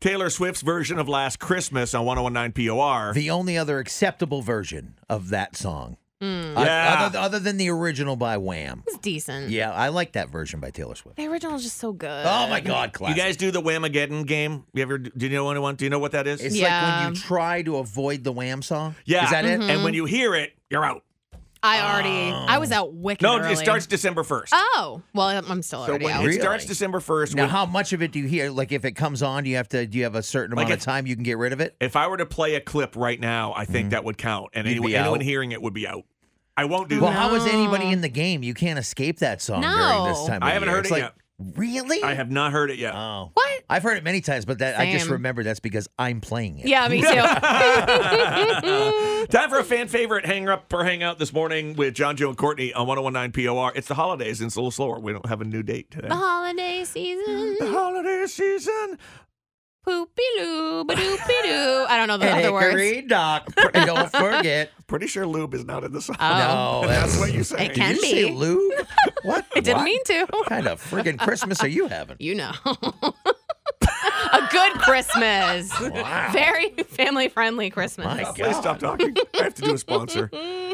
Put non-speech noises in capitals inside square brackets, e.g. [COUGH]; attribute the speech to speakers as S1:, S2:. S1: Taylor Swift's version of Last Christmas on 1019 POR.
S2: The only other acceptable version of that song.
S3: Hmm.
S2: Uh,
S1: Yeah.
S2: other, other than the original by Wham.
S3: It's decent.
S2: Yeah, I like that version by Taylor Swift.
S3: The original's just so good.
S2: Oh my God,
S1: you
S2: classic.
S1: guys do the Whamageddon game? You ever do you know anyone? Do you know what that is?
S2: it's like
S3: Yeah.
S2: when you try to avoid the Wham song.
S1: yeah.
S2: Is that
S3: Mm-hmm.
S2: it?
S1: And when you hear it, you're out.
S3: I already, I was out wicked
S1: No,
S3: early.
S1: it starts December 1st.
S3: Oh, well, I'm I'm still already
S1: It
S3: out.
S2: Really?
S1: starts December 1st.
S2: Now,
S1: with-
S2: how much of it do you hear? Like, if it comes on, do you have to? Do you have a certain
S1: Like
S2: amount of
S1: if-
S2: time you can get rid of it?
S1: if I were to play a clip right now, I think that would count. And
S2: Mm-hmm. You'd
S1: anyone,
S2: be
S1: anyone
S2: out.
S1: hearing it would be out. I won't do
S2: Well,
S1: that.
S2: how is anybody in the game? You can't escape that song during this
S3: No.
S2: time. Of
S1: I haven't
S2: year.
S1: heard
S2: It's
S1: it
S2: like, Really?
S1: I have not heard it yet.
S2: Oh,
S3: What?
S2: I've heard it many times, but that I just
S3: Same.
S2: remember that's because I'm playing it.
S3: Yeah,
S2: [LAUGHS]
S3: me too.
S2: Uh-huh.
S1: Time for a fan favorite hang up or hang out this morning with John, Joe, and Courtney on 1019 POR. It's the holidays and it's a little slower. We don't have a new date today.
S3: the holiday season.
S1: The holiday season.
S3: Poopy loo, ba doopy doo. I don't know the
S2: And
S3: other words.
S2: Hickory Dock. And don't forget.
S1: Pretty sure lube is not in the song.
S2: No,
S3: Oh.
S1: That's
S2: that's-
S1: what you say.
S3: It
S2: Did
S3: can
S2: you
S3: be.
S2: say
S3: [LAUGHS]
S2: lube? What?
S3: I didn't
S2: What
S3: mean to.
S2: kind of friggin' Christmas are you having?
S3: You know. [LAUGHS] a good Christmas.
S2: Wow.
S3: Very family friendly Christmas.
S2: My God.
S1: Please stop talking. I have to do a sponsor.